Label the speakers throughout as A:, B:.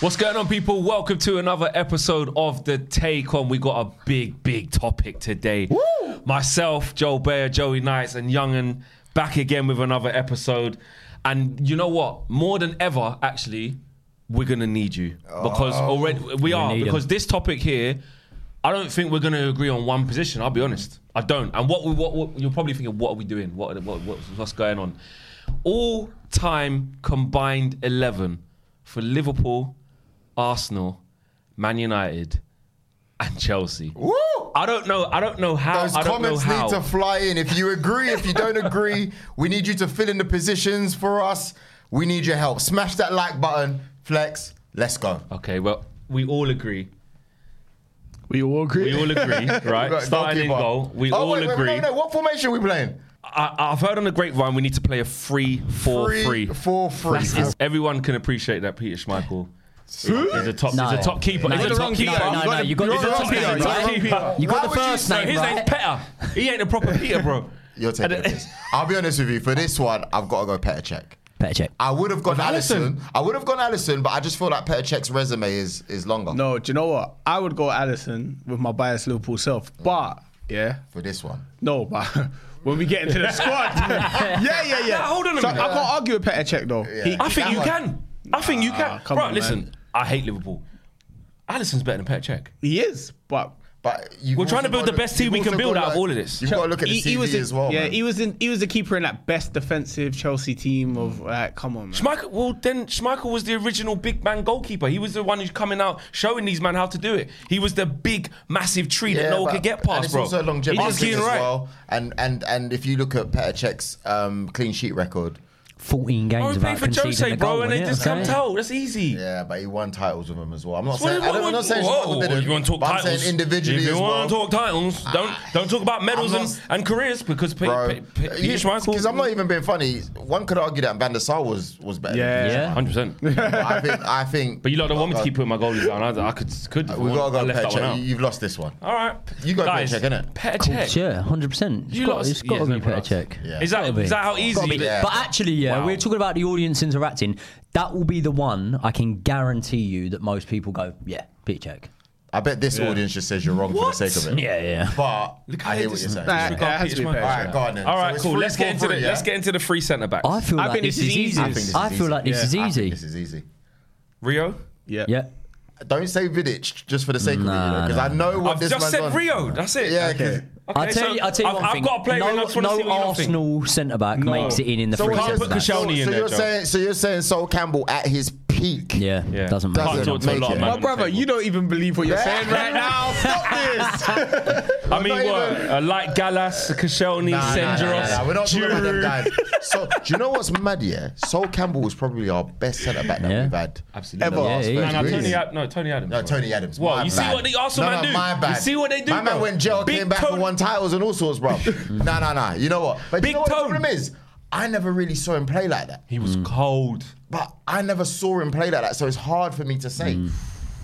A: What's going on, people? Welcome to another episode of The Take On. We got a big, big topic today. Myself, Joel Bayer, Joey Knights, and Young'un back again with another episode. And you know what? More than ever, actually, we're gonna need you because already we are
B: Oh. need 'em.
A: because this topic here. I don't think we're going to agree on one position. I'll be honest. I don't. And what, we, what, what you're probably thinking, what are we doing? What, are the- what, what's, what's going on? All time combined 11 for Liverpool, Arsenal, Man United, and Chelsea. Woo! I don't know. I don't know how.
C: Those
A: I don't
C: comments
A: know how.
C: need to fly in. If you agree, if you don't agree, we need you to fill in the positions for us. We need your help. Smash that like button, flex. Let's go.
A: okay, well, we all agree.
B: We all agree.
A: We all agree,
C: We've
A: right?
C: got
A: Starting in
C: goalkeeper.
A: goal. We
C: oh,
A: all
C: wait, wait,
A: agree.
C: No, no, what formation are we playing?
A: I, I've heard on the grapevine we need to play a 3 4 3.
C: Four, three.
A: That's it. Everyone can appreciate that Peter Schmeichel is a top,
B: No.
A: is a top keeper.
B: No,
A: He's a
B: you're
A: top
B: wrong.
A: keeper.
B: No, no,
A: He's
B: no,
A: a-
B: you got
A: he's
B: the
A: a
B: top
A: top
B: keeper,
A: keeper. He's a
B: right?
A: top keeper.
B: You got
C: Why
B: the
C: would you
B: first
C: say
B: name,
A: His
B: right?
A: name's Petter. He ain't a proper Peter, bro.
C: You're taking
A: And-
C: this. I'll be honest with you. For this one, I've got to go Petr Cech.
B: Better check.
C: I would have gone Allison. I would have gone Allison, but I just feel like Petr Cech's resume is is longer
D: No, do you know what? I would go Allison with my biased Liverpool self, but yeah,
C: for this one.
D: no, but when we get into the squad, yeah, yeah, yeah.
A: Nah, hold on a
D: so
A: minute.
D: I can't argue with Petr Cech though. He-
A: I think
C: That
A: you
C: one.
A: can. I think you can.
D: come
A: Bro,
D: on,
A: listen,
D: man.
A: I hate Liverpool. Allison's better than Petr Cech.
D: he, is, but
C: But you've
A: We're trying
C: also
A: to build
C: got
A: the best team
C: you've
A: we can
C: also
A: build
C: got
A: out of
C: like-
A: all of this.
C: You've got to look at the
D: he,
C: CV
D: he was in-
C: as well.
D: Yeah,
C: man.
D: he was in. He was the keeper in that best defensive Chelsea team of like, come on, man.
A: Schmeichel, well, then Schmeichel was the original big man goalkeeper. He was the one who's coming out showing these men how to do it. He was the big, massive tree that no one
C: but-
A: could get
C: and
A: past,
C: it's
A: bro.
C: also longevity
A: He's
C: as
A: getting right.
C: well. And and and if you look at Petr Cech's um, clean sheet record,
B: 14
A: Bro,
B: games
A: we played
B: without
A: for
B: conceding
A: Jose,
B: a
A: bro,
B: goal,
A: and they
B: innit?
A: just
B: Okay.
A: come toe. That's easy.
C: yeah, but he won titles with him as well. I'm
A: What
C: not saying
A: do you-
C: I don't, I'm
A: what-
C: not saying
A: whoa,
C: Schmeichel didn't,
A: you want to talk
C: but I'm
A: titles?
C: saying individually
A: If you
C: as
A: want
C: well.
A: to talk titles, don't don't talk about medals
C: I'm
A: and,
C: not-
A: and careers because Pe-
C: Bro,
A: Pe- Pe- Peter Schmeichel.
C: because I'm not even being funny. One could argue that Van der Sar was was better. than
B: Yeah.
A: hundred percent.
C: Peter Schmeichel. But I think I think.
A: But you lot don't want me to keep putting my goalies down. I, I could could. if I
C: We
A: want.
C: gotta
A: I
C: go
A: left
C: Petr
A: that one out.
C: Cech. You- You've lost this one.
A: All right,
C: You got
A: guys.
C: Petr Cech, innit?
A: Petr
B: Cool,
A: Cech.
B: Sure, 100%. It's
A: You
B: got,
A: lot-
B: it's got
A: yeah,
B: to be
A: it's not
B: Petr
A: enough.
B: Cech.
C: Yeah.
A: Is that
B: Gotta
A: is
B: be.
A: that how easy?
B: Gotta be.
A: it-
C: Yeah.
B: But actually, yeah,
A: Wow.
B: we're talking about the audience interacting. That will be the one I can guarantee you that most people go, yeah, Peter Cech.
C: I bet this audience just says you're wrong
A: What?
C: for the sake of it.
B: Yeah, yeah.
C: But I hear what
A: this
C: you're
A: is-
C: saying.
D: Nah,
A: Disregard
D: it has
A: Peter
D: to be
A: Schmeichel.
D: Petr
C: All right, go on then.
A: All
C: So
A: right,
C: it's
A: cool.
C: three,
A: Let's
C: four,
A: get into
C: three,
A: the
C: yeah?
A: let's get into the free centre backs.
B: I feel
D: I
B: like
D: think
B: this
D: this
B: is
D: is easy.
B: easy.
D: I think
C: this
B: I
C: is
B: feel
C: easy.
B: like this
D: Yeah,
B: is
C: I think
B: easy.
C: This is easy.
A: Rio.
D: yeah.
B: Yeah.
C: Don't say Vidic just for the sake of it, because I know what
A: I've
C: this
A: just
C: man's
A: said
C: on.
A: Rio. That's it.
C: Yeah,
A: Okay.
C: 'cause-
A: Okay,
B: I'll tell
A: so
B: you, I'll tell you
A: I've,
B: one
A: I've
B: thing.
A: got a player
B: no
A: and I just want to
B: no
A: see what you lot think.
B: Arsenal centre back makes it in in the
C: So
B: free
C: what-
A: can't
B: centre
A: put
B: back.
A: Koscielny
C: so,
A: in
C: so
A: there,
C: you're
A: Joe.
C: saying so you're saying Sol Campbell at his peak.
B: Yeah,
A: Yeah.
B: doesn't
C: Doesn't
B: matter.
A: Can't talk to a
C: make
A: lot of
C: it.
A: men.
D: My brother, you don't even believe what you're saying right now. Stop this.
A: I mean,
C: not
A: what?
C: even-
A: Uh, like Gallas, Koscielny,
C: Nah, nah, nah,
A: Senderos,
C: nah, nah, We're not talking about them
A: Giroud.
C: guys. So do you know what's mad? Yeah, Sol Campbell was probably our best centre back that
B: Yeah.
C: we've had.
A: Absolutely.
C: Ever.
B: Yeah, he-
A: No, no,
C: Really?
A: Tony, Ad- no, Tony Adams.
C: No,
A: bro.
C: Tony Adams.
A: Well,
C: my
A: you see
C: bad.
A: what the Arsenal
C: no,
A: man
C: no,
A: do?
C: My bad.
A: You see what they do,
C: My man
A: bro?
C: went jail,
A: Big
C: came back
A: Tony-
C: and won titles and all sorts, bro. no, no, no. You know what? But
A: Big
C: you know what the
A: Tony.
C: problem is? I never really saw him play like that.
A: He was cold.
C: But I never saw him play like that, so it's hard for me to say. Do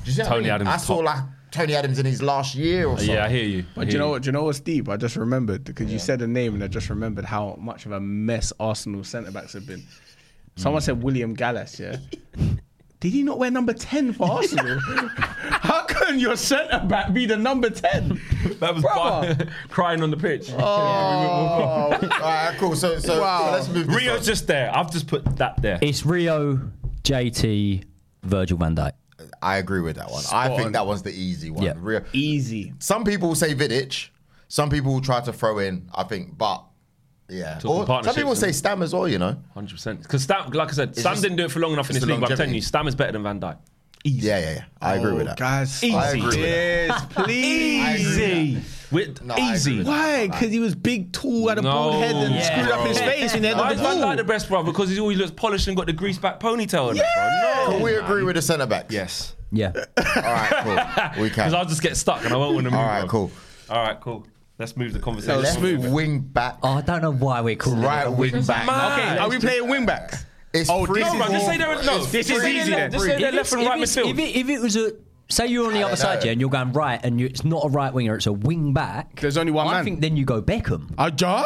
C: you see
A: Mm.
C: what
A: Tony
C: I mean?
A: Adams
C: I saw
A: top.
C: like Tony Adams in his last year or something.
A: Yeah, I hear you. I
D: But do
A: hear
D: you know what? Do you know what's deep? I just remembered because you said a name, and I just remembered how much of a mess Arsenal centre backs have been. Someone said William Gallas. Yeah, did he not wear number ten for Arsenal? how, having your centre back be the number ten.
A: That was
D: Brother.
A: Bar- crying on the pitch.
C: Oh, all right, cool. So, so, so let's move. This
A: Rio's just there. I've just put that there.
B: It's Rio, JT, Virgil van Dijk.
C: one. I agree with that one. I think that was the easy one.
B: Yeah.
C: Real.
D: Easy.
C: Some people say Vidic. Some people will try to throw in. I think, but yeah.
A: Talking
C: Or some
A: partnerships,
C: people say
A: innit?
C: Stam as well. You know.
A: Hundred percent. Because Stam, like I said, Stam
C: just-
A: didn't do it for long enough in
C: it's
A: this
C: the
A: league. But I'm telling
C: longevity.
A: you, Stam is better than Van Dijk.
C: Yeah, yeah, yeah. I agree with that.
D: Oh, Guys,
C: I agree with that.
D: yes, please.
C: Easy.
A: With
C: No, I agree
A: easy.
C: with that.
D: Why? Because he was big, tall, had a
A: No.
D: bald head, and
A: Yeah.
D: screwed up his face, and he
A: Why
D: had
A: is
D: the
A: Van Dijk the
D: ball.
A: best, bro? Because he always looks polished and got the grease back ponytail. Yeah.
C: Can
A: No.
C: we agree with the centre back?
A: Yes.
B: Yeah.
C: All right, cool. We can.
A: Because I'll just get stuck and I won't want to move.
C: All right,
A: bruv.
C: cool.
A: All right, cool. Let's move the conversation.
C: Left wing back,
B: Oh, I don't know why we're calling
C: right
B: it.
C: wing back.
A: mad.
D: Okay, are we playing wing backs?
C: It's
D: Oh,
C: free.
D: this
A: No, bro, just say they're no.
D: This
A: just
D: is
A: say they're left-
D: easy then.
A: Just say they're
B: If
A: left
B: it's-
A: and right
B: if it's-
A: midfield.
B: If it, if it was a say you're on the other
C: don't
B: side,
C: know.
B: yeah, and you're going right, and you, it's not a right winger, it's a wing back.
D: There's only one
B: I
D: man.
B: think then you go Beckham.
D: Aja.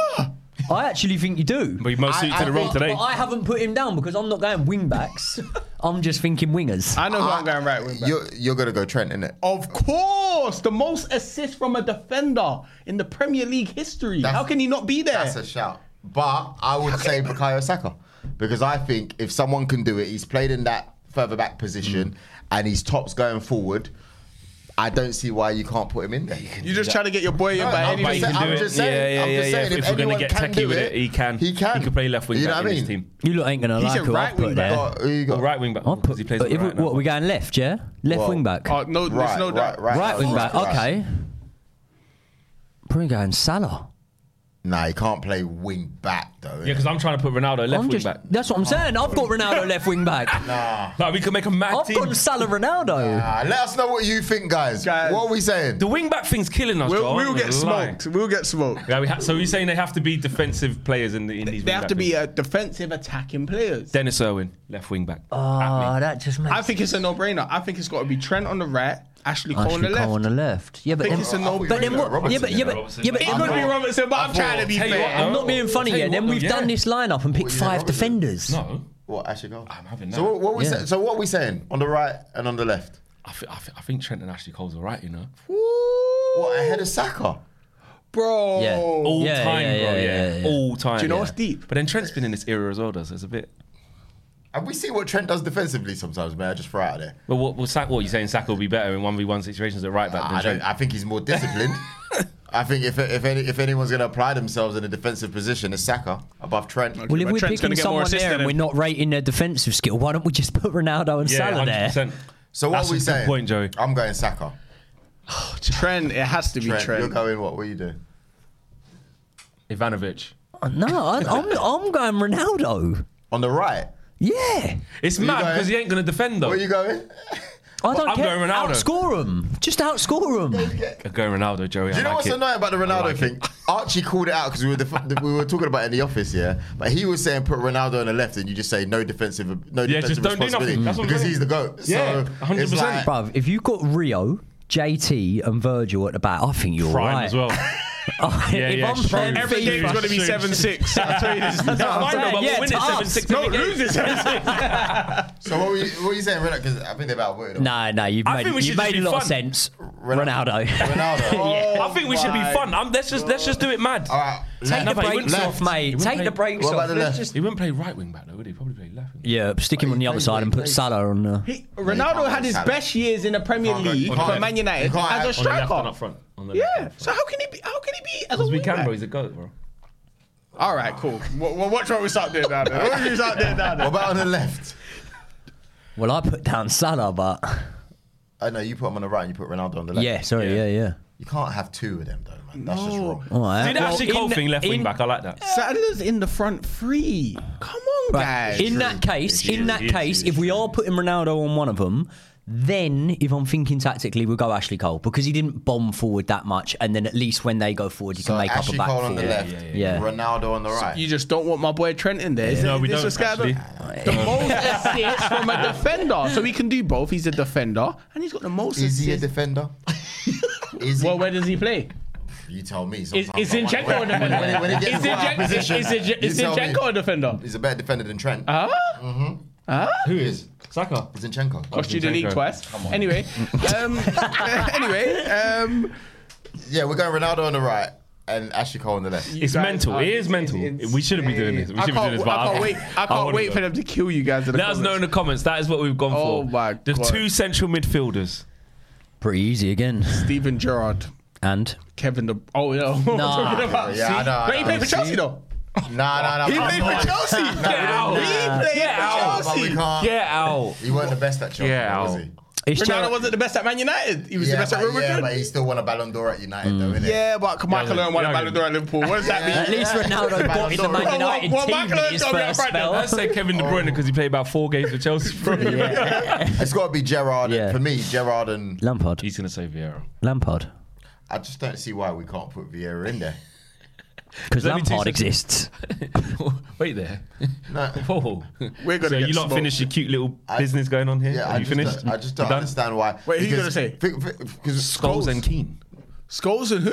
B: I actually think you do.
A: But you most
C: I-
A: suited
C: I
A: to the role
C: think-
A: today.
B: But I haven't put him down because I'm not going wing backs. I'm just thinking wingers.
D: I know who I'm going right wing back. Oh,
C: You're, you're gonna go Trent, innit?
D: Of course, the most assists from a defender in the Premier League history.
C: That's-
D: How can he not be there?
C: That's a shout. But I would say Bukayo Saka because I think if someone can do it, he's played in that further back position
B: Mm.
C: and he's tops going forward. I don't see why you can't put him in there.
D: you just try to get your boy in
C: No,
D: by
C: no,
D: any
C: but
A: But he
D: means.
C: I'm
A: can do
C: just
A: it.
C: saying-
A: yeah, yeah,
C: I'm
A: yeah,
C: just
A: yeah.
C: saying,
A: If,
C: if
A: we're gonna
C: anyone
A: get
C: can
A: techie
C: do
A: with
C: it,
A: it, he can.
C: he can.
A: He can play left wing
C: You know
A: back in
C: what I
A: this
C: mean?
A: team.
B: you lot ain't gonna
D: He's
B: like
D: a
B: who
D: right
B: I've put
D: wing
B: there.
D: back.
C: Oh, who you got?
A: Or right wing back.
B: I've put,
A: because he plays on
B: if
A: the
B: we-
A: right now.
B: what we're going left, yeah, left
C: Well,
B: wing back,
D: Oh, no, there's
C: Right,
D: no doubt.
C: right, right,
B: right wing
C: right.
B: back. Okay, probably going Salah.
C: Nah, he can't play wing back though.
A: Yeah, because I'm trying to put Ronaldo left
B: I'm
A: wing
B: just,
A: back.
B: That's
D: Oh.
B: what I'm saying. I've got Ronaldo left wing back.
A: Like we could make a mad
B: I've
A: team.
B: got Salah Ronaldo.
C: Ah, let us know what you think, guys.
D: Guys.
C: What are we saying?
A: The wing back thing's killing us.
D: We'll,
A: Joel,
D: we'll
A: I'm
D: get
A: gonna lie.
D: smoked. We'll get smoked.
A: Yeah, we ha- so you're saying they have to be defensive players in, the, in these
D: They
A: wing
D: have
A: back
D: to be
A: things?
D: uh, defensive attacking players.
A: Dennis Irwin, left wing back.
B: Oh, that just makes.
D: I think it's a no-brainer. I think it's got to be Trent on the right, Ashley Cole on
B: Ashley
D: the
B: Cole
D: left.
B: on the left. Yeah, but
D: think
B: then,
D: it's a no-
B: but then what?
C: Robertson,
B: yeah, but
C: yeah,
B: yeah, but
A: Robertson.
B: yeah, but
D: It could be Robertson, but I'm trying to be
A: Tell you what,
D: fair.
A: though.
B: I'm not being funny
A: Tell you
B: yet.
A: what,
B: Then
A: though,
B: we've
A: yeah.
B: done this lineup and picked
C: yeah,
B: five
C: Robertson.
B: defenders.
A: no,
C: What Ashley Cole? I'm
A: having
C: So
A: that.
C: what, what we
B: Yeah.
C: say, so what we saying on the right and on the left?
A: I, thi- I, thi- I think Trent and Ashley Cole's all right, you know.
C: What ahead of Saka?
D: Bro.
B: Yeah.
A: All
B: Yeah,
A: time,
B: yeah,
A: bro.
B: yeah,
A: Yeah,
B: yeah, yeah.
A: all time.
D: Do you know
A: yeah.
D: what's deep?
A: But then Trent's been in this era as well, does so it's a bit.
C: And we see what Trent does defensively sometimes, man. I just throw it out there.
A: But what, what, Sack, what you saying? Saka will be better in one v one situations at right back than
C: I don't.
A: Trent.
C: I think he's more disciplined. I think if if any if anyone's going to apply themselves in a defensive position, it's Saka above Trent.
B: Well, if
D: But
B: we're
D: Trent's gonna get
B: picking
D: more
B: someone
D: assists
B: there and
D: than
B: we're
D: him.
B: not rating their defensive skill, why don't we just put Ronaldo and
A: yeah,
B: Salah there?
A: 100%.
C: So what
A: That's
C: are we
A: a good
C: saying?
A: point, Joey.
C: I'm going Saka.
D: Trent, it has to be
C: Trent,
D: Trent.
C: you're going what? What are you doing?
A: Ivanovic.
B: Oh, No, I'm, I'm, I'm going Ronaldo.
C: On the right?
B: Yeah,
A: It's
C: you
A: mad
C: going?
A: because he ain't gonna defend though.
C: Where are you going?
B: I don't
A: I'm
B: care.
A: going Ronaldo.
B: Outscore him. Just outscore him.
A: Go Ronaldo, Joey.
C: Do you
A: I
C: know
A: like
C: what's
A: it.
C: annoying about the Ronaldo
A: like
C: thing? Archie called it out because we were def- we were talking about it in the office, yeah. But he was saying put Ronaldo on the left, and you just say no defensive, no
A: Yeah,
C: defensive
A: just don't do
C: responsibility
A: nothing. That's what I'm
C: because
A: saying.
C: he's the goat.
A: Yeah,
C: so
A: 100%.
C: it's like-
B: Bruv, if you've got Rio, JT, and Virgil at the back, I think you're
A: Prime
B: right.
A: as well. Yeah,
B: if
A: yeah,
B: I'm
A: true.
B: playing
A: Every
D: Every game's
B: FIFA,
D: going to be 7 6. I'll tell you this.
B: That's what I'm
A: I know,
B: saying.
A: but
B: Yeah,
A: we'll win it
B: tough.
A: 7-6.
D: No, lose it 7 6.
C: So what were you, what were you saying, Ronaldo? Because I think they're about worded.
B: No, no, you've
A: I
B: made,
A: think we
B: you've
A: should just
B: made a
A: be
B: lot of
A: fun.
B: sense. Ronaldo.
C: Ronaldo. Oh,
A: I think we should be fun. I'm, let's just let's just do it mad.
C: All right.
B: Take
A: No,
B: the
A: but he
B: brakes
A: wouldn't
B: off,
A: play- he
B: mate.
A: wouldn't
B: Take
A: play-
B: the brakes
C: What
B: off.
C: about the
B: Let's
C: left?
B: just
A: He wouldn't play right wing back though, would he? Probably play left. Wing.
B: yeah, stick him on the other side and put Salah on. Uh,
D: Ronaldo had his
C: Can't
D: best years in the Premier
C: Can't go-
D: League
C: can't
D: for Man
C: have-
D: United
C: can't have-
D: as a
A: On the left and up
D: striker.
A: front. On the left and
D: Yeah.
A: up front.
D: So how can he be? How can he be? As a
A: Because we
D: wing
A: can,
D: back?
A: bro. He's a goat, bro.
D: All right, cool. Well, well, watch what we start doing now. then. Watch what we start doing now.
C: What
D: then.
C: about on the left?
B: well, I put down Salah, but
C: I know you put him on the right and you put Ronaldo on the left.
B: yeah, sorry, yeah,
A: Yeah.
B: yeah.
C: You can't have two of them, though, man. That's just wrong.
B: All right.
A: Did
B: Well,
A: actually Cole
B: in-
A: thing left
B: in-
A: wing back? I like that.
D: Saturday's in the front three. Come on,
B: Right.
D: guys.
B: In that case,
C: It
B: in
C: is,
B: that
C: it is,
B: case,
C: it is,
B: if we
C: it
B: are putting Ronaldo on one of them, then if I'm thinking tactically, we'll go Ashley Cole because he didn't bomb forward that much, and then at least when they go forward, you
C: So
B: can make
C: Ashley
B: up a back
C: Cole
B: four.
C: on the left,
B: yeah.
C: Ronaldo on the right.
D: you just don't want my boy Trent in there. Is
A: No,
D: it-
A: we
D: this
A: don't,
D: is kind of-
A: actually.
D: The most assists from a defender, so he can do both. He's a defender, and he's got the most
C: is he a
D: assists.
C: defender? is he?
D: well, where does he play?
C: you tell me.
E: Is,
C: sometimes
E: is
C: I wonder
E: Zinchenko a
C: when- when-
E: defender?
C: when he- when he gets
E: Is
C: to our
E: Zinchenko-
C: position,
E: is Zin-
C: you
E: is
C: tell me.
E: Zinchenko a defender?
D: Ah?
C: He's a better defender than Trent. Mm-hmm.
D: Huh?
C: Who is?
A: Saka.
C: Zinchenko.
D: Ah? Cost you the league twice. Anyway, um, anyway, um,
C: Yeah, we're going Ronaldo on the right and Ashley Cole on the left.
A: It's
D: guys
A: mental.
D: are
A: It is mental.
D: insane.
A: We shouldn't be doing this. We
D: I
A: shouldn't be doing
D: can't,
A: this. but
D: I can't
A: I'll-
D: wait. I
A: I
D: can't
A: wanna
D: wait
A: go.
D: for them to kill you guys. In the
A: Let us know in
D: comments.
A: the comments. That is what we've gone
D: Oh
A: for.
D: my
A: the
D: God.
A: two central midfielders.
B: Pretty easy again.
D: Steven Gerrard,
B: And
D: Kevin De. Oh no, what
B: Nah.
D: are we talking about?
C: Yeah, I know, I
D: But he
C: know.
D: played for
C: See?
D: Chelsea though.
C: Nah, nah, nah.
D: He
C: but
D: played
C: I'm
D: for
C: not-
D: Chelsea. He
A: Get out.
D: played
A: Get
D: for
A: out.
C: But we
D: Chelsea.
C: can't.
A: Get out.
C: He weren't the best at Chelsea,
A: Yeah.
C: was he?
B: it's
D: Ronaldo
B: Gerrard-
D: wasn't the best at Man United. He was
C: Yeah,
D: the best at Real
C: but, yeah,
D: Madrid.
C: but he still won a Ballon d'Or at United, though, innit?
D: Yeah, but Michael Owen won a
A: Jürgen.
D: Ballon d'Or at Liverpool. What does that
C: Yeah. Oh,
D: mean?
B: At least Ronaldo
C: Ballon
B: bought in the
C: d'Or.
D: Well,
B: Man
D: well,
B: United
D: well,
B: team
D: Michael
B: in his
D: Odegaard's
B: first
D: right now.
B: spell.
A: Let's say Kevin De Bruyne because he played about four games for Chelsea. bro.
C: It's got to be Gerard. and-
B: Yeah.
C: For me, Gerard and
B: Lampard.
A: He's gonna say Vieira.
B: Lampard.
C: I just don't see why we can't put Vieira in there.
B: Because
A: Let me
B: Lampard
A: take some-
B: exists.
A: Wait there.
C: No.
A: Whoa.
D: We're gonna
A: so
D: get
A: you lot
D: smoked.
A: finished your cute little
C: I-
A: business going on here?
C: Yeah,
A: Have
C: I
A: you
C: just
A: finished?
C: Don't, I just
A: You
C: don't
A: done?
C: understand why.
D: Wait, who you
C: Because-
D: gonna say?
C: fi- fi- Because
A: Scholes and Keane.
D: Scholes and who?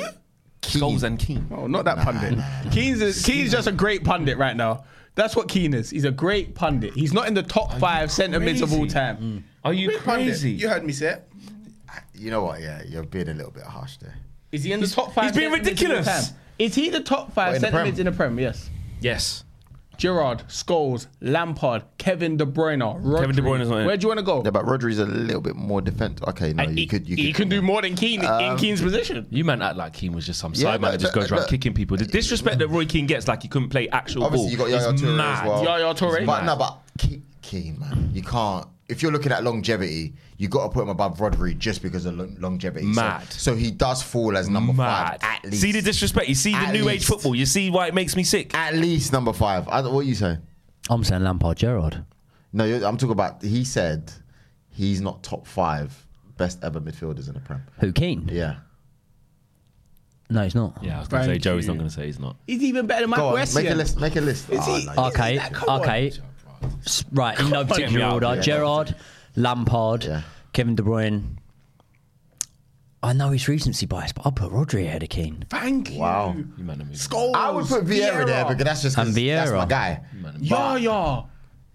A: Scholes and Keane.
D: Oh, not that pundit. Keane's is, Keane's just a great pundit right now. That's what Keane is. He's a great pundit. He's not in the top five centre mids of all
A: crazy?
D: time.
A: Are you
D: Great pundit.
A: crazy?
D: You heard me say it.
C: You know what? Yeah, you're being a little bit harsh there.
D: Is he in the top five?
A: he's being
D: centre mids of all
A: ridiculous.
D: time? Is he the top
C: What,
D: five
C: in the
D: centre
C: Prem?
D: mids in the Prem? Yes.
A: Yes.
D: Gerard, Scholes, Lampard, Kevin De Bruyne, Rodri.
A: Kevin De Bruyne's not in.
D: Where do you want to go?
C: Yeah, but Rodri's a little bit more defensive. Okay,
A: Uh,
C: no, you
D: he,
C: could. You
D: he
C: could.
D: can do more than Keane in Keane's position.
A: You man act like Keane was just some side
C: Yeah,
A: man
C: but-
A: that just
C: but-
A: goes around
C: but-
A: kicking people. The disrespect that Roy Keane gets, like he couldn't play actual
C: Uh, Obviously, you
A: ball.
C: got Yaya
A: is
C: Toure
A: mad.
C: as well.
D: Yaya Toure.
C: But no, but Ke- Keane, man, you can't. If you're looking at longevity, you got to put him above Rodri just because of lo- longevity. So-
A: Mad.
C: So, he does fall as number
A: Mad.
C: five at least.
A: See the disrespect. You see the
C: At
A: new age
C: least.
A: football. You see why it makes me sick.
C: at least number five. I, don't- what you say?
B: I'm saying Lampard Gerard.
C: No, you- I'm talking about. He said he's not top five best ever midfielders in the Prem.
B: Who Keane?
C: Yeah.
B: No, he's not.
A: Yeah, I was gonna say
D: Thank
A: Joey's not
D: you.
A: gonna say he's not.
D: He's even better than
C: Go
D: Michael
C: on, make a
D: Essien.
C: list. Make a list. Oh,
D: Is he-
C: no,
B: Okay,
D: Yeah, come on.
B: okay. S- Right, in no particular
A: Yeah.
B: order.
A: Yeah.
B: Gerard, Lampard,
C: Yeah.
B: Kevin De Bruyne. I know he's recency bias, but I'll put Rodri ahead of Keane.
D: Thank you.
C: Wow.
A: You man, are
D: Scholes.
C: Oh. I would put Vieira, there because that's just 'cause
B: And
C: that's my
B: Vieira.
C: guy.
D: Yeah, yeah.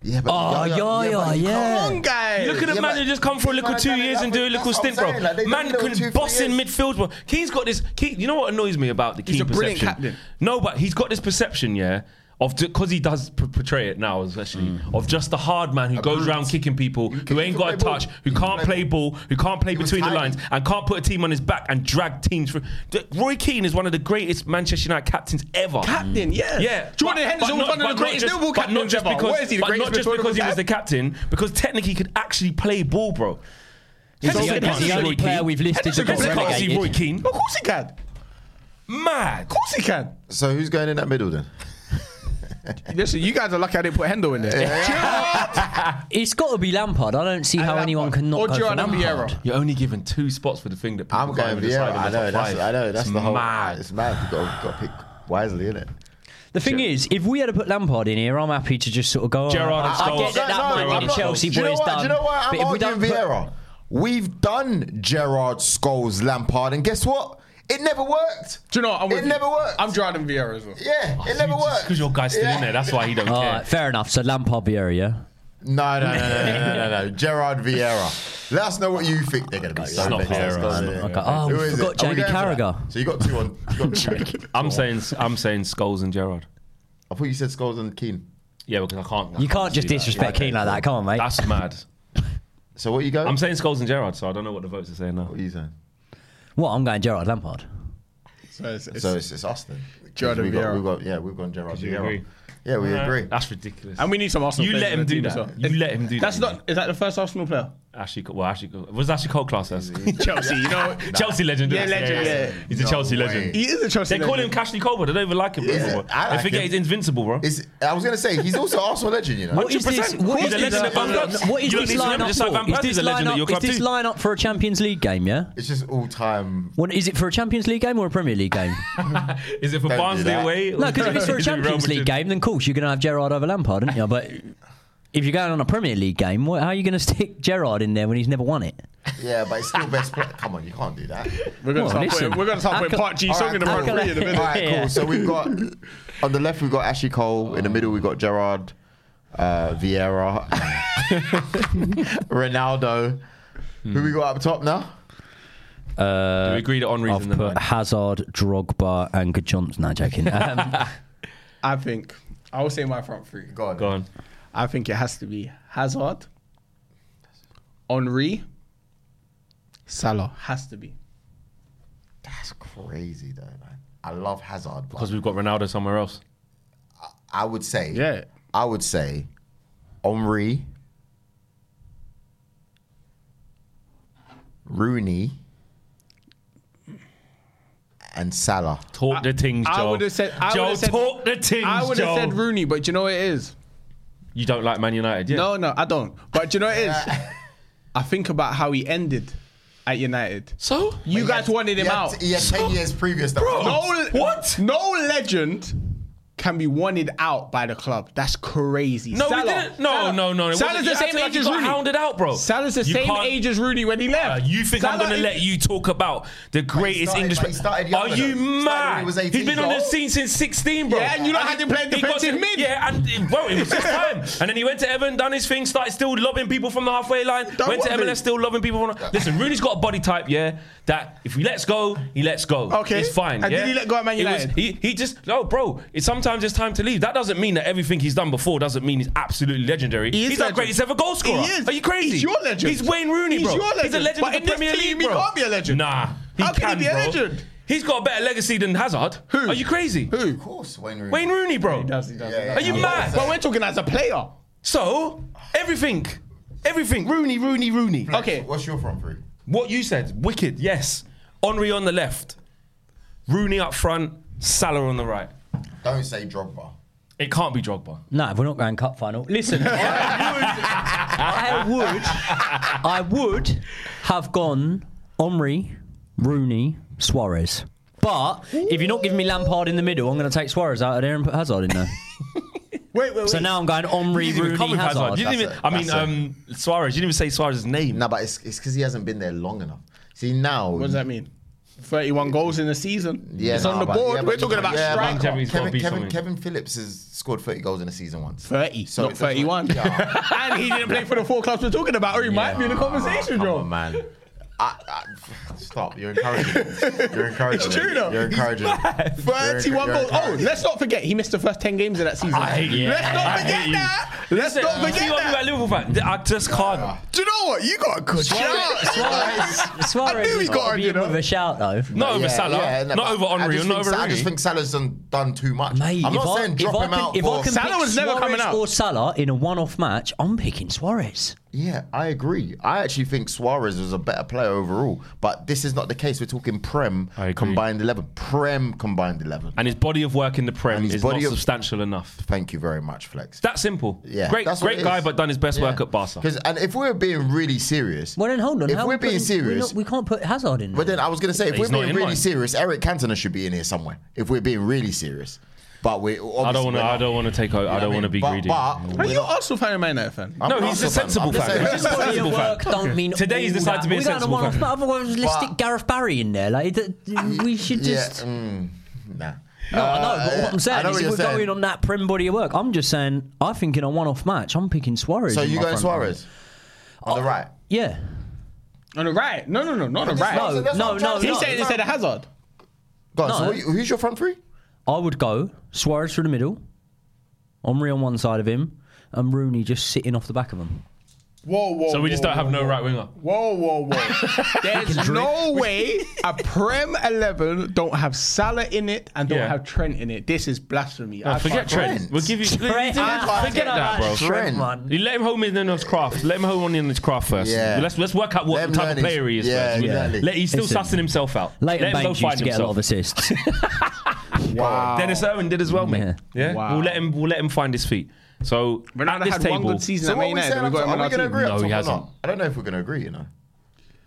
C: Yeah, but
B: Oh, yeah, yeah,
C: but you
B: yeah.
C: can't-
D: Come on, guys.
A: Look at
C: Yeah,
A: the man
C: but
A: who just come for a
C: this
A: little
C: man
A: two
C: done it
A: years
C: that
A: and
C: for-
A: do a little
C: that's what
A: stint,
C: I'm saying,
A: bro.
C: like, they done
A: man
C: a little two,
A: can
C: three
A: boss in
C: years.
A: midfield, bro. Keane's got this. Keane, you know what annoys me about the Keane
D: He's a brilliant
A: perception?
D: captain.
A: No, but he's got this perception, yeah, of because he does p- portray it now, especially
C: Mm.
A: of just the hard man who goes around kicking people, who ain't
C: can
A: got a
C: play ball.
A: touch, who
C: He can
A: can't
C: play
A: play ball, who can't play
C: was
A: between the
C: tiny.
A: lines, and can't put a team on his back and drag teams through. D- Roy Keane is one of the greatest Manchester United captains ever.
D: Captain, yeah.
A: Yeah,
D: Jordan
A: but-
D: Henderson
A: but
D: was
A: not-
D: one of
A: but
D: the
A: not
D: greatest
A: just-
D: Liverpool
A: but not
D: captains
A: just
D: ever.
A: because-
D: what is he, the
A: but
D: greatest
A: not just
D: midfielder of
A: because he
D: all
A: was the
D: time?
A: captain, because technically he could actually play ball, bro.
B: He's the,
D: Henderson
B: only,
D: can't
B: he's the
D: see
B: only
D: Roy
B: player we've listed that
A: Henderson
B: got
A: can't see Roy
B: relegated.
A: Keane.
D: Of course he can. Of
A: Mad.
D: course he can.
C: So who's going in that middle then?
D: Listen, you guys are lucky I didn't put Hendo in there.
B: It's got to be Lampard. I don't see how anyone
D: Lampard.
B: can not
D: Or
B: go for
D: Gerard and
B: Lampard.
A: You're only given two spots for the thing that people
C: I'm
A: can't
C: going
A: even decide
C: Vieira.
A: on
C: I
A: the
C: know.
A: top
C: That's,
A: five.
C: I know. That's
A: It's
C: the whole.
A: Mad.
C: It's mad. You got got to pick wisely, innit?
B: The thing is, if we had to put Lampard in here, I'm happy to just sort of go.
A: Gerrard
B: "Alright,
A: and
B: I, I
A: Scholes.
B: get that
A: No, no,
B: that
A: I'm
B: man in
A: not-
B: Chelsea
C: Do you
B: boy
C: know
B: is
C: what?
B: done.
C: Do you know what?
B: but
C: I'm
B: if
C: arguing
B: we don't put-
C: Vieira. We've done Gerard, Scholes, Lampard, and guess what? It never worked.
D: Do you know what? I'm
C: it
D: with you.
C: never worked.
D: I'm Jordan Vieira as well.
C: yeah, it never worked.
A: Because your guy's still in there. That's why he don't
B: All
A: care.
B: right, fair enough. So Lampard Vieira, yeah?
C: No, no, no, no, no, no, no, no. Gerard Vieira. Let us know what you think they're going to be. so
A: not
C: pissed.
A: Vieira,
C: Let's
A: man.
C: go there.
B: Okay. Oh,
C: Who
B: we
C: is it?
B: forgot
C: Are we
B: Jamie
C: going for that?
B: Carragher.
C: So you got two on. You got two.
A: I'm saying I'm saying Scholes and Gerard.
C: I thought you said Scholes and Keane.
A: Yeah, because I can't. I
B: You can't just
A: do that.
B: disrespect Keane like that. Come on, mate.
A: That's mad.
C: So what you go?
A: I'm saying Scholes and Gerard, so I don't know what the votes are saying now.
C: What you saying?
B: What? I'm going Gerard Lampard.
D: So it's, it's,
C: So it's, it's us then.
D: Gerard
C: we
D: and
C: got,
D: Vieira.
C: we got, yeah, we've gone Gerard
A: you
C: Vieira.
A: agree?
C: Yeah, we agree.
A: That's ridiculous.
D: and we need some Arsenal
A: You
D: players
A: let
D: in
A: him
D: the
A: do
D: team as
A: that.
D: well.
A: You
D: It's-
A: let him do
D: That's
A: that.
D: not. Is that the first Arsenal player?
A: Ashley, Co- well, Ashley, Co- was Ashley Cole class as
D: Chelsea. You know,
A: Chelsea legend.
D: Yeah,
A: isn't it?
D: legend,
A: he's-
D: yeah.
A: He's a
C: No
A: Chelsea
C: way.
A: legend.
D: he is a Chelsea.
A: They call him
D: legend.
A: Cashley Cole, but they don't even like him.
C: Is
A: bro.
C: it? I
A: they
C: like
A: forget
C: him.
A: he's invincible, bro.
C: It's, I was gonna say he's also Arsenal legend, you know.
B: What is this?
A: 100%.
B: What
A: He's
B: is
A: a
B: this?
A: legend at Van Persie's.
B: What is
A: You don't
B: this
A: need to remember
B: lineup
A: just like Van
B: for? Is
A: Persie's
B: this
A: a legend at your
B: lineup? Is
A: club
B: this
A: too.
B: lineup for a Champions League game? Yeah.
C: It's just all time.
B: When, is it for a Champions League game or a Premier League game?
A: Is it for
C: Don't do
A: Barnsley
C: that.
A: away?
B: no, because if it's for a
A: Is it Real
B: Champions League
A: Madrid?
B: game, then of course you're going to have Gerard over Lampard, aren't you? But if you're going on a Premier League game, what, how are you going to stick Gerard in there when he's never won it?
C: Yeah, but it's still best. Play. Come on, you can't do that.
D: We're gonna
B: Well,
D: start
B: listen.
D: putting. We're gonna start putting
B: Accolade-
D: Part G song in the front
B: Accolade-
D: three in a
C: All
D: minute.
C: right, cool. So we've got on the left we've got Ashley Cole. In the middle we've got Gerard. uh, Vieira, Ronaldo. Who we got up top now?
A: Do we agree that Henri's
B: I've
A: in the
B: put
A: nine?
B: Hazard, Drogba, and Good Johnson. No, joking. Um,
D: I think I will say my front three.
C: Go on.
A: Go on.
D: I think it has to be Hazard, Henri, Salah has to be.
C: That's crazy though, man. I love Hazard. But
A: Because we've got Ronaldo somewhere else.
C: I would say,
D: Yeah.
C: I would say, Omri, Rooney, and Salah.
A: Talk the things,
D: I
A: Joel.
D: would have said. I
A: Joel,
D: would've said-
A: talk the things,
D: I would
A: Joel.
D: have said Rooney, but do you know what it is?
A: You don't like Man United, yeah?
D: No, no, I don't. But do you know what it is? I think about how he ended at United.
A: So?
D: You guys wanted him
C: He had-
D: out.
C: He had ten years previous. That
A: Bro.
C: no,
D: No,
A: What?
D: No legend can be wanted out by the club. That's crazy.
A: No,
D: Salah.
A: we didn't. No,
D: Salah-
A: no, no, no. It
D: Salah's
A: wasn't-
D: the
A: you
D: same
A: acted like
D: age
A: you
D: as
A: got
D: Rooney.
A: hounded out, bro.
D: Salah's the
A: You
D: same
A: can't-
D: age as Rooney when he
A: Uh,
D: left.
A: you think I'm
D: Salah
A: going to
D: is-
A: let you talk about the greatest
C: started-
A: English?
C: but he started
A: Are
C: younger,
A: you
C: though. He started when
A: mad?
C: he was
A: He's been
C: 18,
A: on the
C: bro.
A: scene since 16, bro.
D: Yeah, and you lot had him playing
A: he got
D: defensive
A: to-
D: mid.
A: Yeah, and well, it was his time. And then he went to Everton, done his thing, started still lobbing people from the halfway line.
D: Don't
A: went to
D: want me.
A: MLS, still lobbing people from. The, listen, Rooney's got a body type, yeah. That if he lets go, he lets go.
D: Okay.
A: it's fine.
D: And did
A: yeah?
D: he let go at Man
A: It was-
D: United?
A: he, he just no, bro. It's sometimes it's time to leave. That doesn't mean that everything he's done before doesn't mean he's absolutely legendary.
D: is
A: he's
D: legend.
A: our greatest ever goal scorer.
D: He is.
A: Are you crazy?
D: He's your legend.
A: He's Wayne Rooney,
D: He's
A: bro.
D: your
A: He's a
D: legend.
A: legend
D: But
A: of the
D: in this
A: Premier
D: team,
A: League,
D: he
A: bro.
D: can't be a legend.
A: Nah, he
D: How can he be a
A: bro.
D: legend?
A: He's got a better legacy than Hazard.
D: Who?
A: Are you crazy?
D: Who?
C: of course, Wayne Rooney.
A: Wayne Rooney, bro.
C: Yeah,
A: Are you
C: yeah.
A: mad?
D: But we're talking as a player.
A: So everything, everything. Rooney, Rooney, Rooney.
D: Okay.
C: What's your front three?
A: What you said, wicked. Yes. Henri on the left, Rooney up front, Salah on the right.
C: Don't say Drogba.
A: It can't be Drogba.
B: No, we're not going cup final. Listen, I would, I would, I would have gone Omri, Rooney, Suarez. But if you're not giving me Lampard in the middle, I'm going to take Suarez out of there and put Hazard in there.
D: Wait, wait, wait.
B: So now I'm going Omri,
A: You didn't even come
B: Rooney,
A: with
B: Hazard.
A: You didn't even,
C: That's it,
A: I mean,
C: that's it.
A: um, Suarez. You didn't even say Suarez's name.
C: No, but it's it's because he hasn't been there long enough. See now,
D: What does that mean? 31 goals in a season.
C: Yeah,
D: it's
C: nah,
D: on the
C: but-
D: board.
C: yeah,
D: we're
C: but-
D: talking about
C: yeah, but
D: strike.
A: Jerry's gotta
C: Kevin,
A: be
C: Kevin,
A: something.
C: Kevin Phillips has scored 30 goals in a season once.
D: 30,
C: So
D: not
C: it doesn't-
D: 31.
C: Yeah.
D: and he didn't play for the four clubs we're talking about, or he might be in the conversation,
C: Come
D: Joe.
C: on, man. I, I, stop. You're encouraging. him. You're encouraging.
D: It's
C: him.
D: true, though.
C: You're
D: He's
C: encouraging. him. You're enc-
D: 31
C: you're
D: goals. Oh,
C: encouraging.
D: let's not forget, he missed the first 10 games of that season.
A: I hate you.
D: Let's not
A: I hate
D: forget
A: you.
D: that. Let's
A: Listen,
D: not
A: you see
D: forget
A: what people at
D: that.
A: Liverpool fan? I just can't.
D: Do you know what? You got a
F: 그
D: good
B: Suarez,
D: I
B: Suarez
D: knew he
B: has
D: got
B: got to
D: on,
B: be
D: you
B: in
D: know.
B: with a shout though.
A: Not over
C: Yeah,
A: Salah.
C: yeah, no,
A: not over
C: but I
A: Henri.
C: just
A: Not
C: think
A: over
C: Sa- I
A: Rooney.
C: just think Salah's done, done too much.
B: Mate,
C: I'm
B: if
C: not
B: I,
C: saying
B: if
C: drop
B: I
C: him
B: can,
C: out.
B: if I
C: for,
B: can
D: Salah
B: pick
D: was never
B: Suarez
D: coming out.
B: or Salah in a one-off match, I'm picking Suarez.
C: yeah, I agree. I actually think Suarez was a better player overall, but this is not the case. We're talking Prem
A: I agree.
C: combined eleven. Prem combined eleven.
A: And his body of work in the Prem
C: And his
A: is not
C: body of-
A: substantial enough.
C: Thank you very much, Flex.
A: That simple.
C: Yeah,
A: great, great guy, but done his best work at Barca.
C: Because and if we're being really serious,
B: Well then, hold on.
C: If
B: how are
C: we're
B: we
C: being
B: putting- we're
C: serious,
B: not- we can't put Hazard in.
C: but
B: there.
C: then I was gonna say if
A: He's
C: we're
A: not
C: being
A: in
C: really
A: mine.
C: serious, Eric Cantona should be in here somewhere. If we're being really serious, but we
A: I don't want to. I don't want to take. o- I don't want to be
C: but,
A: greedy.
C: But
D: Are
C: we're
D: you
C: not-
D: Arsenal fan or Man United fan?
C: I'm
A: no,
C: an
A: he's a
C: Arsenal fan,
A: sensible
C: but I'm
A: fan.
C: just
A: He's just a
C: saying-
B: Body of
A: sensible fan.
B: work don't mean
A: Today he's
B: all
A: decided
B: that.
A: to be a
B: we don't
A: sensible
B: want-
A: fan.
B: but Otherwise, let's
C: But-
B: stick Gareth Barry in there. Like th- th- we should just.
C: Yeah, mm, nah.
B: No, no. But
C: yeah,
B: what I'm
C: I
B: saying
C: know what
B: is, if
C: you're
B: we're
C: saying.
B: going on that prim body of work, I'm just saying. I think in a one-off match, I'm picking Suarez.
C: So
B: in
C: you
B: my
C: going
B: front
C: Suarez on the right?
B: row. Yeah.
D: On the right. No, no, no, not on the right.
B: No,
C: So that's what
B: no,
C: I'm trying
B: no,
C: to-
D: He's
B: no.
D: saying instead of Hazard.
C: Go on,
B: No.
C: so who- who's your front three?
B: I would go Suarez through the middle, Omri on one side of him, and Rooney just sitting off the back of him.
D: Whoa, whoa.
A: So we just
D: whoa,
A: don't
D: whoa,
A: have no
C: Oh.
D: whoa.
A: right winger.
D: Whoa, whoa, whoa. There's no way a Prem 11 don't have Salah in it and don't
A: Yeah.
D: have Trent in it. This is blasphemy.
A: No,
D: I
A: forget
D: can't-
A: Trent.
C: Trent.
A: We'll give you.
B: Trent,
C: can't
A: Forget
C: get
A: that, bro.
C: Trent.
B: man.
A: You let him home in on his craft. Let him home in his craft first.
C: Yeah.
A: Let's let's work out what
C: Let him
A: type of
C: learn his-
A: player he is
C: yeah,
A: first. We-
C: exactly.
A: Let, he's still
B: Listen.
A: sussing himself out.
B: Leighton
A: let him go
B: Baines used
A: find
B: to get a lot of
A: himself.
B: assists.
D: Wow.
A: Dennis Irwin did as well, mate.
B: Yeah.
A: Yeah.
D: Wow.
A: We'll let him. We'll let him find his feet. So at
D: Ronaldo
A: this
D: had
A: table,
D: one good season
C: So
D: at
C: what are we
D: Man United.
C: saying?
D: We're
C: up
D: going
C: top? Are
D: on
C: we
D: our
C: going to
D: team.
C: agree?
A: No,
C: up
A: he
C: top or
A: hasn't.
C: not? I don't know if we're going to agree. You know.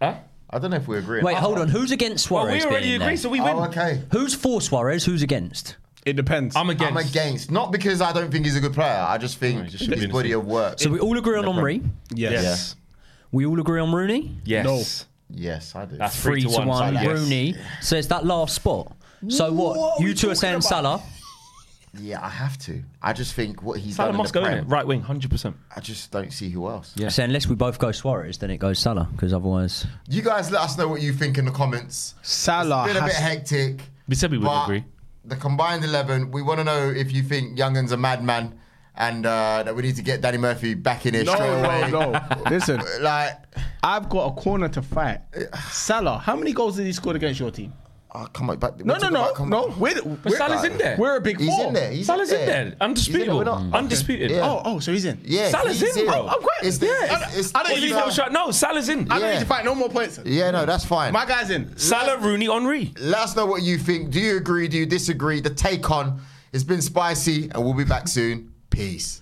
A: Huh?
C: I don't know if we agree.
B: Wait, hold on. Who's against
A: Well,
B: Suarez?
A: we
B: being
A: already
B: in
A: agree,
B: there?
A: so we win.
C: Oh, okay.
B: Who's for Suarez? Who's against?
D: It depends.
A: I'm against.
C: I'm against. Not because I don't think he's a good player. I just think
A: he just shouldn't be
C: his
A: in the
C: body
A: team.
C: of work.
B: So we all agree on Omri.
A: Yes.
B: We all agree on Rooney.
A: Yes.
C: yes, I do.
A: That's
B: Three to one,
A: Salah, yes.
B: Rooney. So it's that last spot. So what?
C: What are
B: you
C: we
B: two are
C: talking
B: saying
C: about?
B: Salah.
C: Yeah, I have to. I just think what he's
A: Salah
C: done
A: must
C: in
A: go
C: the
A: in it.
C: Prem,
A: Right wing, 100%.
C: I just don't see who else.
B: Yeah. So unless we both go Suarez, then it goes Salah because otherwise.
C: You guys let us know what you think in the comments.
D: Salah
C: It's been a
D: has-
C: bit hectic.
A: We said we would
C: but
A: agree.
C: The combined 11, we want to know if you think Youngen's a madman and uh, that we need to get Danny Murphy back in here straight away.
D: no, no. Listen,
C: Like,
D: I've got a corner to fight. Salah, how many goals did he score against your team?
C: oh, come on. But we're
D: No, no,
C: talking
D: no,
C: about- come
D: no.
C: on.
D: We're,
A: But
D: we're,
A: Salah's in there.
D: we're a big
C: He's
D: four.
C: in there. He's
A: Salah's
C: in there. He's in
A: Undisputable.
C: there, we're not-
A: Undisputed.
C: Yeah.
D: Oh, oh, so he's in.
C: Yeah,
A: Salah's
C: he's
A: in, bro.
C: Oh, great. It's,
A: Yeah.
C: it's, it's,
D: I don't
A: If he's
D: even
A: no
D: know-
A: shot, no, Salah's in.
D: I don't need
C: Yeah.
D: to fight no more points.
C: Yeah, no, that's fine.
D: My guy's in.
A: Salah, Rooney, Henri.
C: Let us know what you think. Do you agree? Do you disagree? The take on. It's been spicy, and we'll be back soon. Peace.